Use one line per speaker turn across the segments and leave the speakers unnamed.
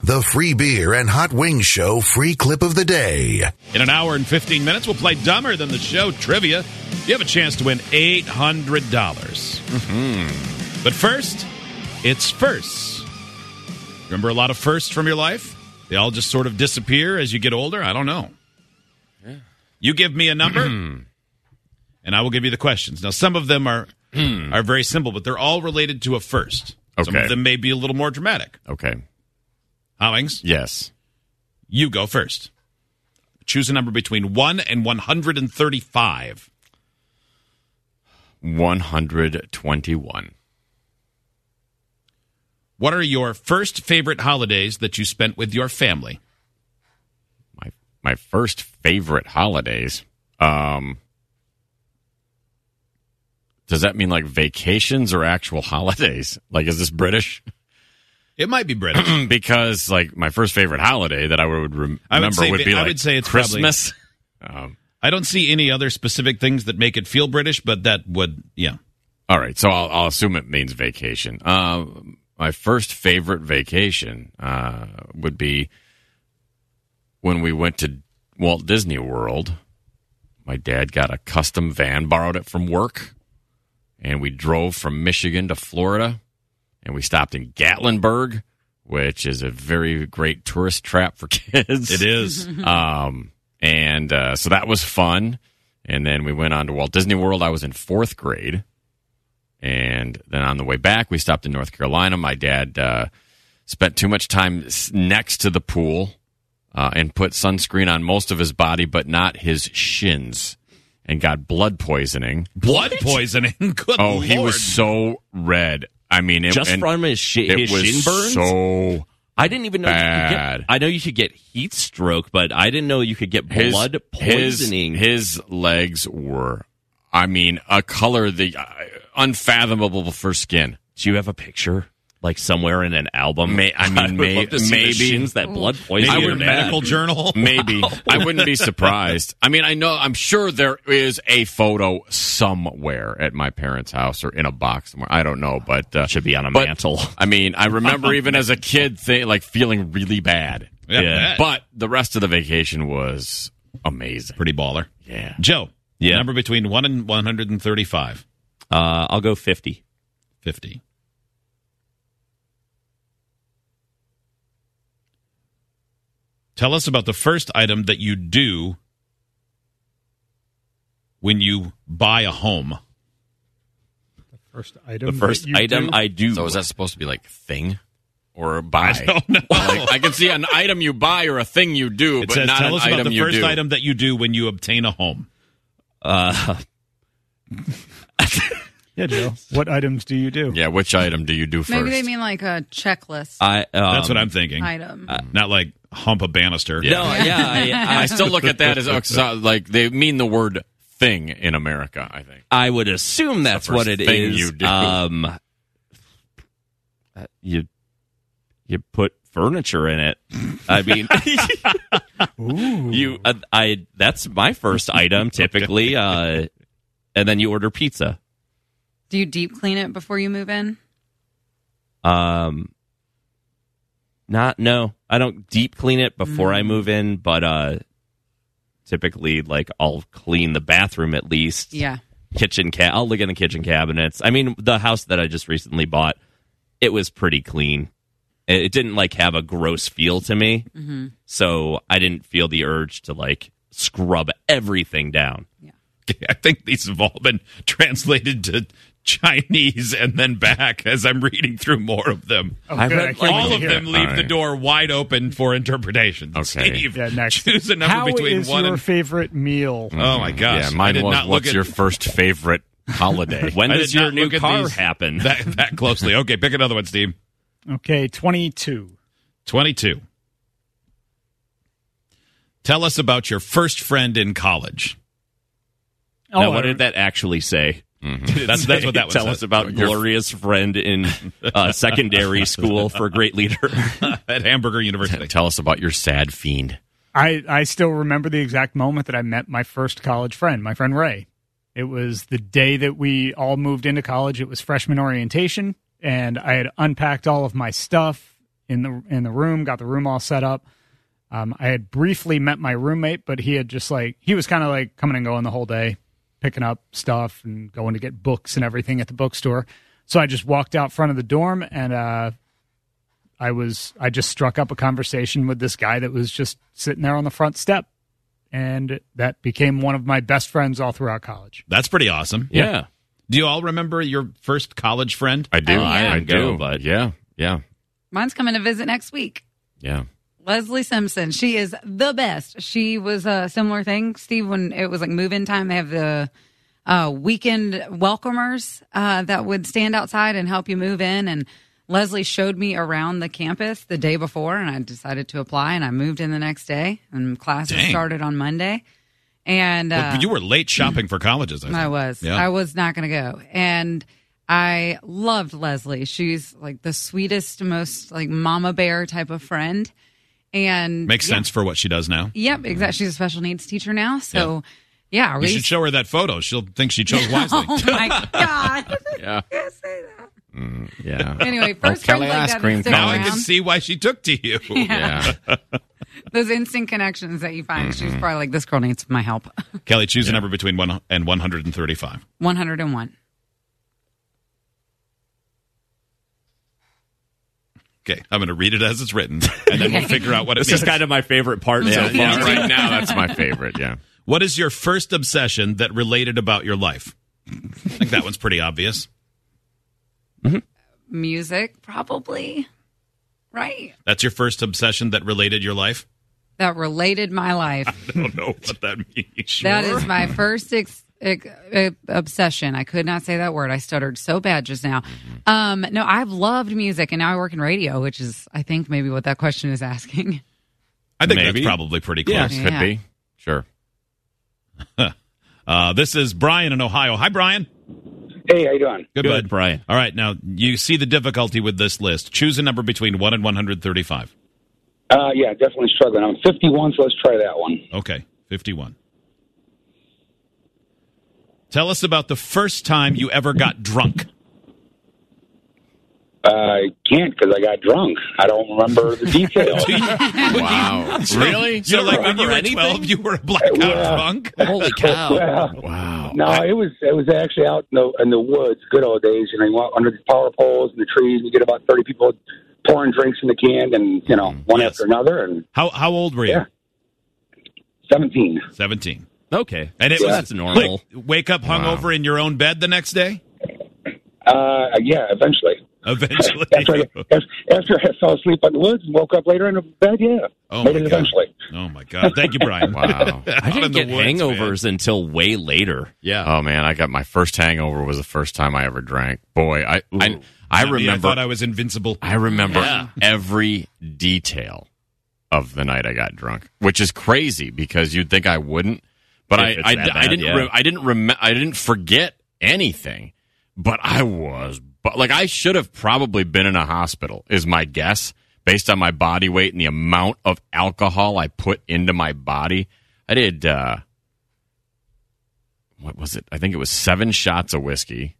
The Free Beer and Hot Wings Show free clip of the day.
In an hour and 15 minutes, we'll play Dumber Than the Show trivia. You have a chance to win $800. dollars But first, it's firsts. Remember a lot of firsts from your life? They all just sort of disappear as you get older? I don't know. You give me a number, and I will give you the questions. Now, some of them are, are very simple, but they're all related to a first. Some
Okay.
of them may be a little more dramatic.
Okay.
Hollings,
Yes.
you go first. Choose a number between 1 and 135.
121.
What are your first favorite holidays that you spent with your family?
My my first favorite holidays. Um Does that mean like vacations or actual holidays? Like is this British?
It might be British.
because like my first favorite holiday that I would rem-
I would
remember
say
would,
va-
be
I
like
would say it's probably-
Christmas. Um,
I don't see any other specific things that make it feel British, but that would, yeah.
All right, so I'll, I'll assume it means vacation. Uh, my first favorite vacation uh, would be when we went to Walt Disney World. My dad got a custom van, borrowed it from work, and we drove from Michigan to Florida, and we stopped in Gatlinburg, which is a very great tourist trap for kids.
It is.
Um, and uh, so that was fun. And then we went on to Walt Disney World. I was in fourth grade. And then on the way back, we stopped in North Carolina. My dad uh, spent too much time s- next to the pool uh, and put sunscreen on most of his body, but not his shins, and got blood poisoning.
Blood poisoning. Good
Oh, he
Lord.
was so red. I mean, it,
Just
and
from his, shi-
it
his
was
shin burns?
so
I didn't even know you could
bad.
get. I know you could get heat stroke, but I didn't know you could get
His-
blood poisoning.
His, his legs were, I mean, a color the uh, unfathomable for skin.
Do you have a picture, like somewhere in an album?
May- I mean,
would
may-
love to see the
maybe.
shins that blood
Maybe in
poisoning.
would
a
would
are
imagine.
medical
bad.
journal.
Maybe I wouldn't be surprised. I mean, I know I'm sure there is a photo somewhere at my parents' house or in a box somewhere. I don't know, but uh,
Should be on a
but,
mantle.
I mean, I remember even as a kid, thing, like feeling really bad.
Yeah, bad.
but the rest of the vacation was amazing.
Pretty baller.
Yeah,
Joe,
Yeah.
number between 1 and 135.
Uh, I'll go fifty.
50. Tell us about the first item that you do when you buy a home.
First item.
The first
that you
item
do-
I do.
Mm, So is that supposed to be like thing or buy? I
don't know.
Like, I can see an item you buy or a thing you do,
It
but
says,
not
tell
an
us
item
about the
you
first
do.
item that you do when you obtain a home.
uh,
Yeah, Joe. What items do you do?
Yeah, which item do you do first?
Maybe they mean like a checklist
I. Um,
That's what I'm thinking.
item.
Uh,
Not like hump a banister.
No, yeah, I,
I
I,
still look at that as uh, like they mean the word thing in America. I think.
I would assume that's
The first
what it
thing
is.
you do.
Um, uh, you you put furniture in it. I mean, you. Uh, I that's my first item typically, uh, and then you order pizza.
Do you deep clean it before you move in?
Um, not no, I don't deep clean it before I move in, but uh, typically like I'll clean the bathroom at least.
Yeah.
kitchen ca- I'll look in the kitchen cabinets. I mean, the house that I just recently bought, it was pretty clean. It it didn't like have a gross feel to me, so I didn't feel the urge to like scrub everything down.
I think these have all been translated to Chinese and then back as I'm reading through more of them.
Oh,
I've
good.
read
I can't wait
All
to
of
hear
them
it.
leave
All
the
right.
door wide open for interpretation.
Okay.
Steve,
Yeah, next.
choose a number
How
between
is
one
your
and.
favorite meal?
oh my gosh!
Yeah,
I
mine
did
was.
not look
What's
at
your first favorite holiday?
When
I
does
did
your
not
new
look at
car
these-
happen?
that that closely? Okay, pick another one, Steve.
Okay, 22.
22. Tell us about your first friend in college.
Oh, now,
I
what
re-
did that actually say?
That's, that's what that one
Tell
says.
us about
Your-
glorious friend in uh, secondary school for great leader.
at Hamburger University.
Tell us about your sad fiend.
I, I still remember the exact moment that I met my first college friend, my friend Ray. It was the day that we all moved into college. It was freshman orientation, and I had unpacked all of my stuff in the in the room, got the room all set up. Um, I had briefly met my roommate, but he had just like he was kind of like coming and going the whole day, picking up stuff and going to get books and everything at the bookstore. So I just walked out front of the dorm and uh, I was I just struck up a conversation with this guy that was just sitting there on the front step, and that became one of my best friends all throughout college.
That's pretty awesome.
Yeah,
Do you all remember your first college friend?
I do.
Oh, yeah.
I, I do.
Go, bud.
yeah, yeah,
Mine's coming to visit next week.
yeah.
Leslie Simpson. She is the best. She was a similar thing, Steve, when it was like move in time. They have the uh, weekend welcomers uh, that would stand outside and help you move in. And Leslie showed me around the campus the day before, and I decided to apply. And I moved in the next day, and classes
Dang.
started on Monday. And uh,
Well, you were late shopping for colleges. I, think.
I was.
Yeah.
I was not going to go. And I loved Leslie. She's like the sweetest, most like mama bear type of friend. And
Makes
yeah.
sense for what she does now.
Yep, exactly. She's a special needs teacher now. So, yeah,
You
really.
should show her that photo. She'll think she chose wisely.
oh my god!
Yeah.
Can't say that.
Yeah.
Anyway, first
Oh, Kelly
friends like
ice
that
cream
that stick
now I can
around,
see why she took to you.
yeah.
those instant connections that you find. She's
Mm-hmm.
probably like, "This girl needs my help."
Kelly, choose a number between one and one hundred and thirty-five.
One hundred and one.
Okay, I'm going to read it as it's written, and then we'll figure out what it
This is
means.
kind of my favorite part so
yeah.
far.
yeah. Right now, that's my favorite. Yeah.
What is your first obsession that related about your life? I think that one's pretty obvious.
Music, probably. Right.
That's your first obsession that related your life.
That related my life.
I don't know what that means.
That is my first ex- ex- uh, obsession. I could not say that word. I stuttered so bad just now.
Mm-hmm.
Um, no, I've loved music, and now I work in radio, which is, I think, maybe what that question is asking.
I think
Maybe.
that's probably pretty
Yeah.
close.
Could be. Sure.
Uh, this is Brian in Ohio. Hi, Brian.
Hey, how you doing?
Good, bud.
Brian.
All right, now you see the difficulty with this list. Choose a number between 1 and 135.
Uh, yeah, definitely struggling. I'm 51, so let's try that one.
Okay, 51. Tell us about the first time you ever got drunk.
Uh, I can't because I got drunk. I don't remember the details.
Wow. really?
So, like when
remember
you were
anything?
12, you were blackout
Yeah.
drunk?
Holy cow.
Well,
Wow.
no, it was it was actually out in the, in the woods, good old days. You know, you walk under the power poles and the trees. You get about 30 people pouring drinks in the can, and you know, one
Mm-hmm. Yes.
after another, and
How, how old were you?
Yeah. 17.
17.
Okay.
And it
So
was
that's normal.
like, wake up hungover in your own bed the next day?
Uh, yeah, eventually.
Eventually.
After, I, after I fell asleep in the woods and woke up later in the bed, yeah,
Oh,
made
my
it
God.
eventually.
oh, my God. Thank you, Brian.
Wow.
I
Out in
didn't
the
get
woods, man.
hangovers until way later.
Yeah.
Oh man, I got my first hangover was the first time I ever drank. Boy, I
Oh,
I, I
Yeah, I
remember
thought I was invincible.
I remember every detail of the night I got drunk, which is crazy because you'd think I wouldn't, but I
If it's
I,
that
I
bad,
didn't
yeah.
re- I didn't rem- I didn't forget anything, but I was but like I should have probably been in a hospital is my guess based on my body weight and the amount of alcohol I put into my body. I did uh what was it? I think it was 7 shots of whiskey,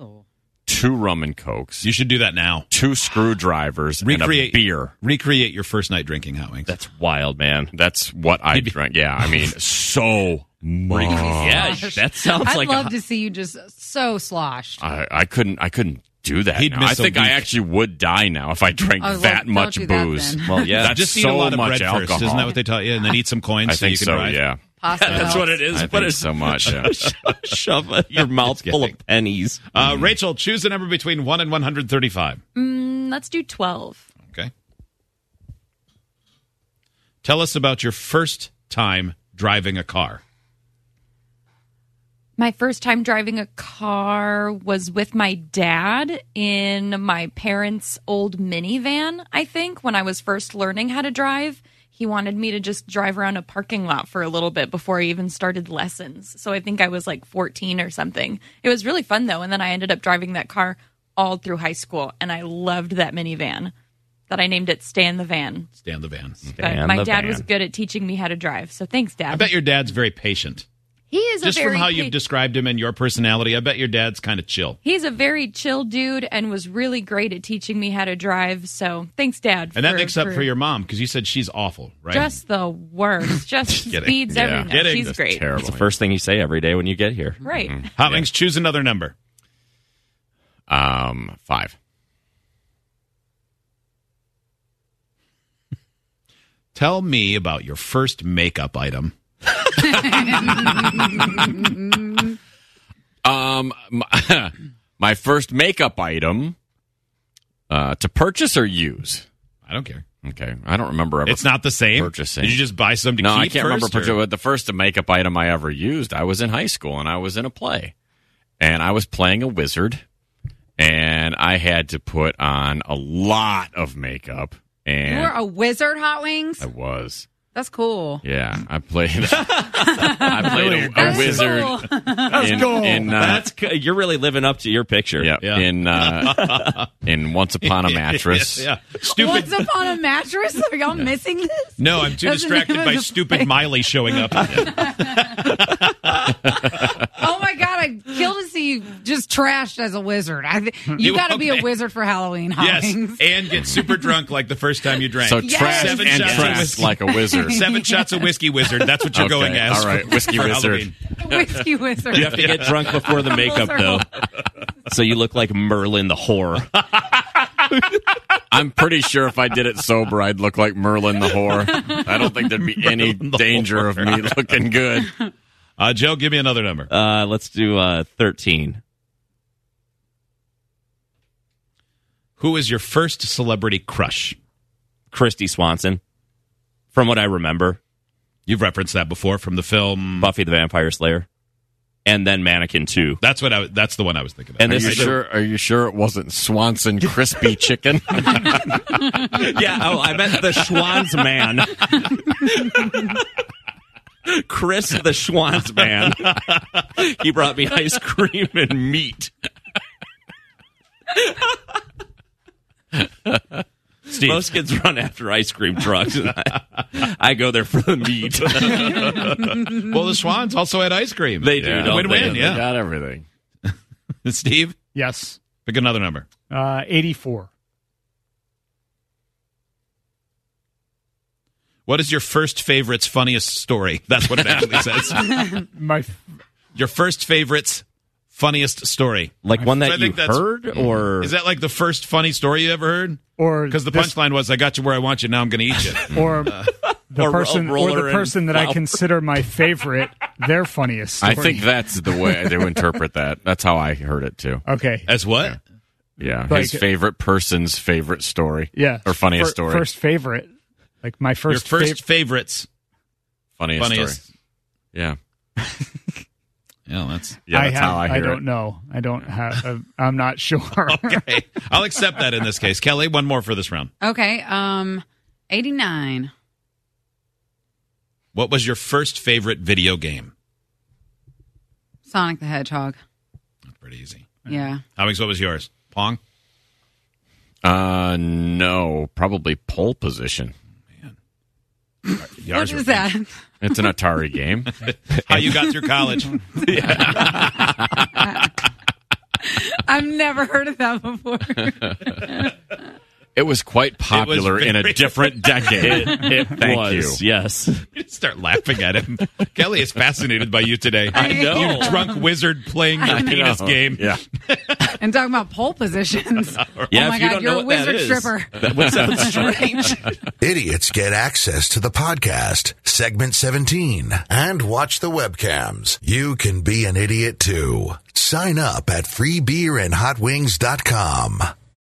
Oh.
2 rum and cokes
You should do that now.
two screwdrivers and a
Recreate-
beer.
Recreate your first night drinking, Howings.
That's wild, man.
That's what I drank. Yeah, I mean, so much.
yeah, that sounds
I'd
like
love
a,
to see you just so sloshed.
I, I couldn't. I couldn't do that.
He'd
now.
miss
I
a
think I
week.
actually would die now if I drank
Oh, well,
that
don't
much
do that
booze.
then.
Well, yeah.
That's
just eat a
so
lot of
much
bread
alcohol.
first. Isn't that what they taught you? And then eat some coins.
I
so
think
you can
so.
rise.
Yeah,
Pasta
That's
melts.
what it is.
I
but
think
it's
so much. Yeah.
shove a- your mouth full of pennies.
Uh, Rachel, choose a number between 1 and 135.
Mm, let's do 12.
Okay. Tell us about your first time driving a car.
My first time driving a car was with my dad in my parents' old minivan, I think, when I was first learning how to drive. He wanted me to just drive around a parking lot for a little bit before I even started lessons. So I think I was like 14 or something. It was really fun though. And then I ended up driving that car all through high school. And I loved that minivan that I named it Stan the Van.
Stand the van.
But
Stan
my
the
dad
Van.
was good at teaching me how to drive. So thanks, Dad.
I bet your dad's very patient.
he is a
Just
very
from how
pa-
you've described him and your personality, I bet your dad's kind of chill.
He's a very chill dude and was really great at teaching me how to drive. So thanks, Dad.
And that makes up for your mom because you said she's awful, right?
just the worst. Just
Kidding.
speeds
Yeah.
everything. up.
Kidding.
She's
That's
great.
Terrible.
It's the first thing you say every day when you get here.
Right.
Hot Wings, choose another number.
Um, five.
Tell me about your first makeup item.
Um, my, my first makeup item uh, to purchase or use.
I don't care.
Okay, I don't remember ever.
It's not the same.
Purchasing.
Did you just buy some to
no,
keep
I can't remember.
first, or-
purchase- but The first makeup item I ever used, I was in high school and I was in a play, and I was playing a wizard, and I had to put on a lot of makeup,
You
and
were a wizard, Hot Wings.
I was.
That's cool.
Yeah, I played. I played a, a
That's
wizard.
cool.
in, in, uh,
That's c- you're really living up to your picture.
yeah,
Yeah.
in uh, in Once Upon a Mattress.
Yeah. Stupid.
Once upon a mattress? Are y'all missing this?
No, I'm too
That's the name
distracted
of
by
the
stupid
place.
Miley showing up.
Oh my god, I killed to see you just trashed as a wizard. I, th- you
You-
got to be
okay.
a wizard for Halloween, Hot
yes,
Wings.
and get super drunk like the first time you drank.
So
Yes.
trash
Seven
and
shots of
trash
whiskey.
like a wizard.
Seven shots of whiskey wizard. That's what you're
Okay,
going as.
all right,
for-
whiskey
for
wizard.
Halloween.
Whiskey wizard.
You have to get drunk before the makeup, though. So you look like Merlin the whore.
I'm pretty sure if I did it sober, I'd look like Merlin the whore. I don't think there'd be any
Merlin the
danger of me looking good.
Uh, Joe, give me another number.
Uh, let's do uh, thirteen.
Who is your first celebrity crush?
Christy Swanson, from what I remember,
You've referenced that before from the film.
Buffy the Vampire Slayer, and then Mannequin Two.
That's what I. That's the one I was thinking about.
And
Are
this
you
is the-
sure? Are you sure it wasn't Swanson crispy chicken?
yeah, oh, I meant the Schwanz man. Chris the Schwanz man. he brought me ice cream and meat.
Steve.
Most kids run after ice cream trucks. and I, I go there for the meat.
well, the Swans also had ice cream.
They do, don't
Win-win,
they?
yeah.
They got everything.
Steve,
Yes.
pick another number.
Uh, 84.
What is your first favorite's funniest story? That's what it actually says.
My f-
Your first favorite's funniest story.
like one
I
that you
think that's-
heard, or
Is that like the first funny story you ever heard?
or
Because the
this-
punchline was, "I got you where I want you. Now I'm going to eat you."
or
Uh,
the
Or
person
roll-
or the
roller and
person that I
plow.
consider my favorite, their funniest. Story.
I think that's the way they interpret that. That's how I heard it too.
okay.
As what?
Yeah,
Like- uh,
his favorite person's favorite story.
Yeah.
or funniest
Fir-
story.
First favorite. Like my
Your
first,
first
fav-
favorites,
funniest,
funniest.
story. Yeah,
Yeah, that's
yeah.
I,
That's
have,
how I hear
don't
it.
know. I don't have. uh, I'm not sure.
okay. I'll accept that in this case. Kelly, one more for this round.
Okay, um, 89.
What was your first favorite video game?
Sonic the Hedgehog.
Pretty easy.
Yeah.
Howings, what was yours? Pong.
Uh, no, probably pole position.
Yours
what
were
is that?
It's an Atari game.
How you got through college?
I've never heard of that before.
It was quite popular in a
very-
different decade.
it
Thank
was,
you.
Yes.
Start laughing at him. Kelly is fascinated by you today.
I know.
You drunk wizard playing your penis
know.
game.
Yeah.
and talking about pole positions.
Yeah,
oh my
if you
God,
don't
you're
know
a
what that
wizard
is.
stripper.
That would sound strange.
Idiots get access to the podcast, segment 17, and watch the webcams. You can be an idiot too. Sign up at freebeerandhotwings.com.